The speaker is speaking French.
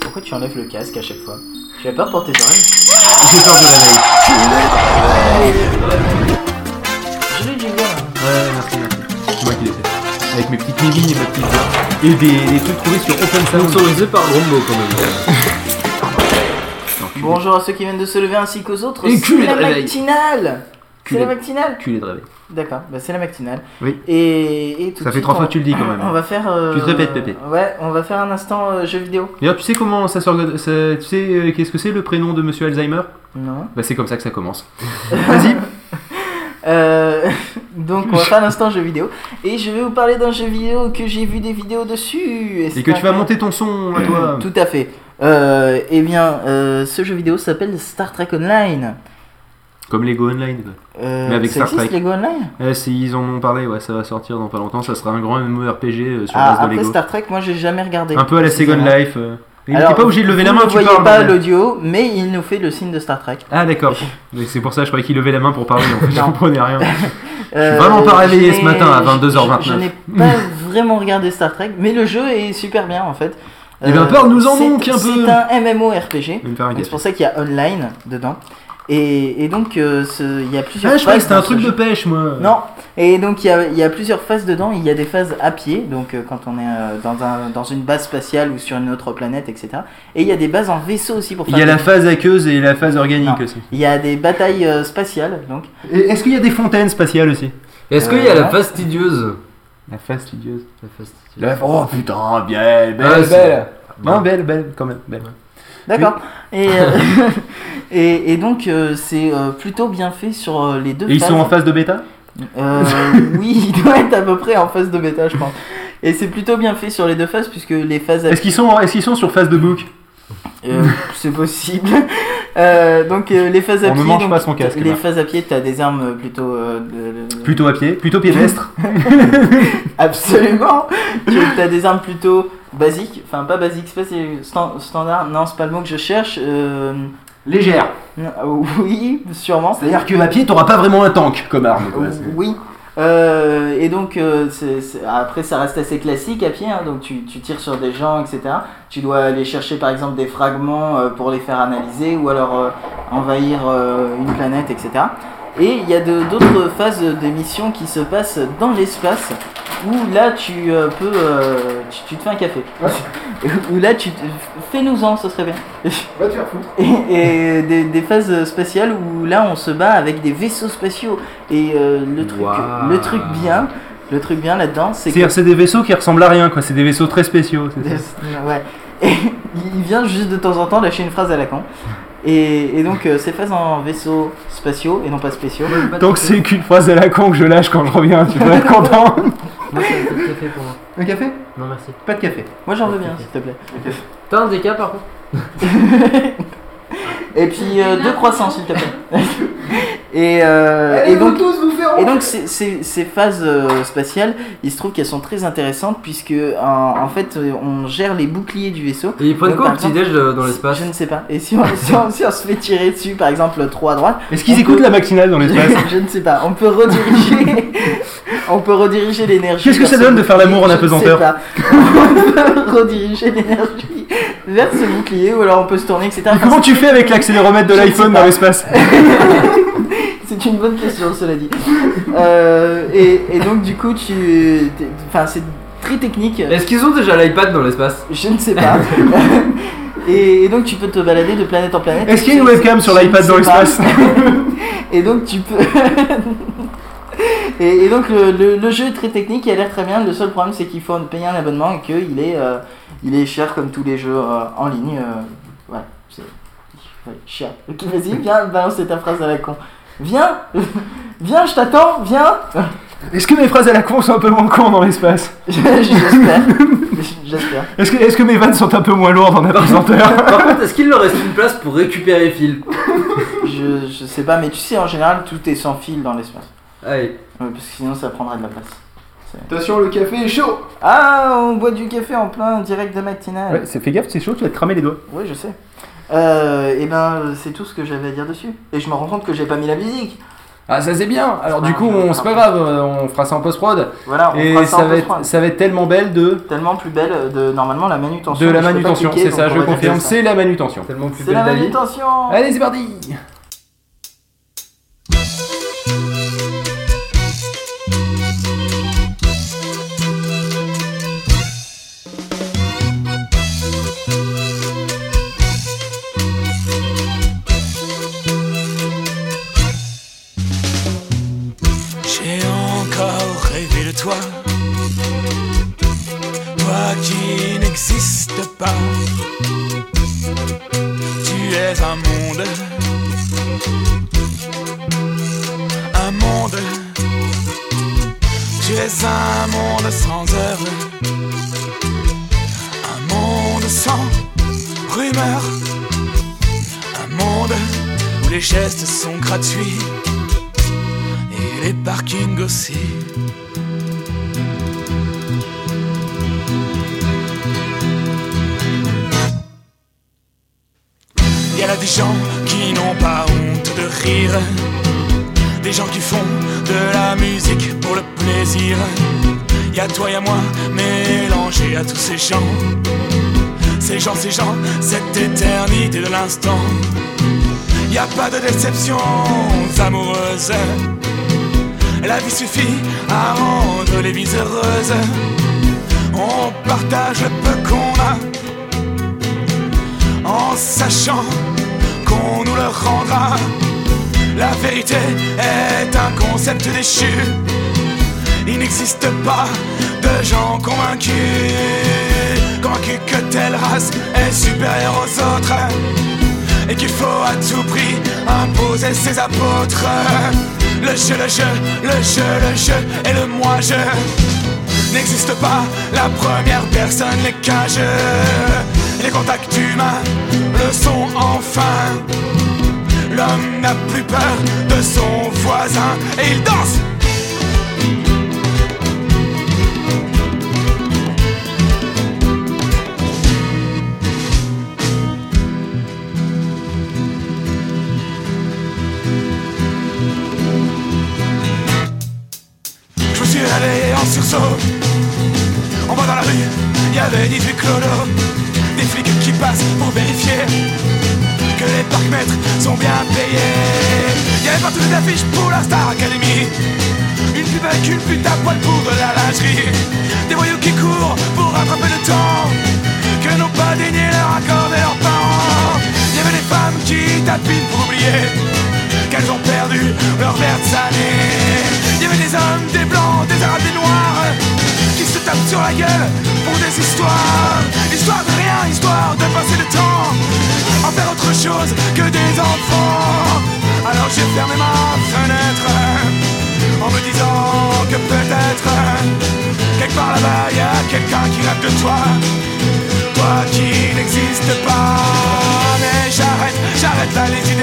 pourquoi tu enlèves le casque à chaque fois Tu as peur pour tes oreilles J'ai peur du réveil. Je l'ai déjà vu. Ouais, merci, merci. C'est moi qui l'ai fait. Avec mes petites mini et ma petite voix. Et des, des trucs trouvés sur Open Sound. Sponsorisé par Grombo quand même. Bonjour à ceux qui viennent de se lever ainsi qu'aux autres. Et C'est culé la de réveil. matinale C'est Culé. la matinale Culé de réveil. D'accord, bah c'est la matinale. Oui. Et, et tout de Ça fait suite, trois on- fois que tu le dis quand On même. va faire. euh, Tu te répètes, Pépé. Ouais, on va faire un instant euh, jeu vidéo. D'ailleurs, tu sais comment ça s'organise ça- Tu sais euh, qu'est-ce que c'est le prénom de Monsieur Alzheimer Non. Bah, c'est comme ça que ça commence. Vas-y. Euh, donc on va faire un instant jeu vidéo. Et je vais vous parler d'un jeu vidéo que j'ai vu des vidéos dessus. Et que tu vas monter monter ton son à toi. Tout à fait. Euh, eh bien, euh, ce jeu vidéo s'appelle Star Trek Online. Comme Lego Online. quoi. Euh, Mais avec ça Star existe, Trek. Lego Online Ouais, c'est- Eh, ils en ont parlé, ouais, ça va sortir dans pas longtemps. Ça sera un grand MMORPG euh, sur Ah, base de Après Lego. Star Trek, moi j'ai jamais regardé. Un peu à la Second Précisément. Life. euh. Il Alors, n'était pas obligé de lever la main, Vous ne tu voyez parles. pas bordel. l'audio, mais il nous fait le signe de Star Trek. Ah d'accord, Mais c'est pour ça je croyais qu'il levait la main pour parler, en fait, je Non. comprenais rien. Euh, vraiment pas réveillé je ce n'ai- matin à je- 22h29. Je, n'ai pas vraiment regardé Star Trek, mais le jeu est super bien en fait. Euh, Eh bien, parle-nous-en c'est- donc un peu. C'est un MMORPG. Il me faire un donc C'est gaffe. pour ça qu'il y a online dedans. Et, et donc, euh, ce- il y a plusieurs. Ah je croyais que phases c'était un dans ce truc jeu. de pêche moi. Non, et donc il y a, il y a plusieurs phases dedans. Il y a des phases à pied, donc euh, quand on est euh, dans, un, dans une base spatiale ou sur une autre planète, etc. Et il y a des bases en vaisseau aussi pour Il faire. y a des- la phase aqueuse et la phase organique Non. aussi. il y a des batailles euh, spatiales, donc. Et Est-ce qu'il y a des fontaines spatiales aussi Est-ce qu'il y a Euh, la fastidieuse La phase studieuse. La fastidieuse. La... Oh putain, bien, belle, Ah, c'est- belle. Bon. Non, belle, belle, quand même, belle. D'accord. Et, euh, et, et donc euh, c'est euh, plutôt bien fait sur euh, les deux Et ils phases. sont en phase de bêta Euh, oui, il doit être à peu près en phase de bêta, je pense. Et c'est plutôt bien fait sur les deux phases, puisque les phases à Est-ce qu'ils sont, en- est-ce qu'ils sont sur phase de book Euh, c'est possible. Euh, donc euh, les phases à On ne pied. mange donc, pas son casque, Les Marc. phases à pied, t'as des armes plutôt. euh, de- de- Plutôt à pied, plutôt pédestre. Absolument. tu as des armes plutôt basiques, enfin pas basiques, c'est pas c'est stan- standard. Non, c'est pas le mot que je cherche. euh, Légère. non, oui, sûrement. C'est-à-dire que à pied, t'auras pas vraiment un tank comme arme. quoi. C'est- Oui. Euh, et donc euh, c'est- c'est- après ça reste assez classique à pied, hein, donc tu, tu tires sur des gens, etc. Tu dois aller chercher par exemple des fragments euh, pour les faire analyser ou alors euh, envahir euh, une planète, etc. Et il y a de- d'autres phases de missions qui se passent dans l'espace où là tu euh, peux... euh, tu, tu te fais un café. où là tu... te- Fais-nous-en, ce serait bien. Et, et des, des phases spatiales où là on se bat avec des vaisseaux spatiaux. Et euh, le, truc, Waouh. le truc bien, le truc bien là-dedans, c'est que... C'est-à-dire, c'est des vaisseaux qui ressemblent à rien, quoi. C'est des vaisseaux très spéciaux. c'est ça. Ouais. Et il vient juste de temps en temps lâcher une phrase à la con. Et, et donc euh, ces phases en vaisseaux spatiaux et non pas spéciaux. Tant que c'est qu'une phrase à la con que je lâche quand je reviens, tu vas être content. Moi, c'est un peu de café pour moi. Un café Non, merci. Pas de café. Moi j'en veux bien, s'il te plaît. T'as un déca par contre Et puis euh, deux croissants, s'il te plaît. et, euh, et donc tous vous faire Et donc ces, ces- ces phases euh, spatiales, il se trouve qu'elles sont très intéressantes puisque en, en fait euh, on gère les boucliers du vaisseau. Et ils prennent Donc, quoi au par exemple, petit-déj euh, dans l'espace Je ne sais pas. Et si on, si on- si on se fait tirer dessus, par exemple, trois à droite, Est-ce qu'ils écoutent la matinale dans l'espace je ne sais pas. On peut rediriger, on peut rediriger l'énergie. Qu'est-ce que vers ça ce donne de faire l'amour en bouclier, apesanteur Je ne sais pas. On peut rediriger l'énergie vers ce bouclier ou alors on peut se tourner, etc. Enfin, Comment tu fais avec l'accéléromètre de Je sais l'iPhone pas. dans l'espace C'est une bonne question, cela dit. Euh, et, et donc du coup, tu, t'es- enfin c'est très technique. Est-ce qu'ils ont déjà l'iPad dans l'espace Je ne sais pas. et, et donc tu peux te balader de planète en planète. Est-ce qu'il y a une Je- webcam sur je ne l'iPad dans sais pas. l'espace Et donc tu peux. et, et donc le, le- le jeu est très technique, il a l'air très bien. Le seul problème c'est qu'il faut payer un abonnement et qu'il est, euh, il est cher comme tous les jeux euh, en ligne. euh, voilà, c'est ouais, cher. Ok, vas-y, viens balancer ta phrase à la con. Viens, viens, je t'attends, viens. Est-ce que mes phrases à la con sont un peu moins cons dans l'espace J'espère, j'espère. Est-ce que, est-ce que mes vannes sont un peu moins lourdes en apesanteur Par contre, est-ce qu'il leur reste une place pour récupérer Phil Je, je sais pas, mais tu sais, en général, tout est sans fil dans l'espace. Allez. Ouais, parce que sinon, ça prendrait de la place. Attention, le café est chaud Ah, on boit du café en plein direct de matinale. Ouais, c'est fait gaffe, c'est chaud, tu vas te cramer les doigts. Oui, je eh sais. Euh, et ben, euh, c'est tout ce que j'avais à dire dessus. Et je me rends compte que j'ai pas mis la musique. Ah, ça c'est bien. Alors du coup, on- c'est pas grave, euh, on fera ça en post-prod. Voilà, on Et fera ça ça en va post être, ça va être tellement belle de, Tellement plus belle euh, de normalement la manutention. de la Je peux pas manutention. cliquer, C'est donc ça, on je va dire confirme, ça. c'est la manutention. Tellement plus C'est belle la la vie. manutention. Allez, c'est parti J'ai encore rêvé de toi, toi qui n'existe pas. Tu es un monde, un monde. Tu es un monde sans heure, un monde sans rumeur, un monde où les gestes sont gratuits et les parkings aussi. Il y a là des gens qui n'ont pas honte de rire, des gens qui font de la musique pour le plaisir. Il y a toi et à moi mélangés à tous ces gens, ces gens, ces gens, cette éternité de l'instant. Il y a pas de déceptions amoureuses. La vie suffit à rendre les vies heureuses. On partage le peu qu'on a en sachant qu'on nous le rendra. La vérité est un concept déchu. Il n'existe pas de gens convaincus, convaincus que telle race est supérieure aux autres et qu'il faut à tout prix imposer ses apôtres. Le jeu, le jeu, le jeu, le jeu et le moi-je n'existe pas. La première personne, les cages, les contacts humains le sont enfin. L'homme n'a plus peur de son voisin et il danse. Je me suis allé en sursaut. En bas dans la rue, il y avait 18 clodos. Des flics qui passent pour vérifier que les parcs-mètres sont bien payés. Il y avait partout des affiches pour la Star Academy. Une pub avec une pute à poil pour de la lingerie. Des voyous qui courent pour rattraper le temps que n'ont pas daigné leur accorder leurs parents. Il y avait des femmes qui tapinent pour oublier qu'elles ont perdu leur vertes années. Il y avait des hommes, des blancs, des arabes, des noirs qui se tapent sur la gueule pour des histoires. Histoire de rien, histoire de passer le temps, en faire autre chose que des enfants. Alors j'ai fermé ma fenêtre en me disant que peut-être quelque part là-bas il y a quelqu'un qui rêve de toi toi qui n'existe pas. Mais j'arrête, j'arrête la légitime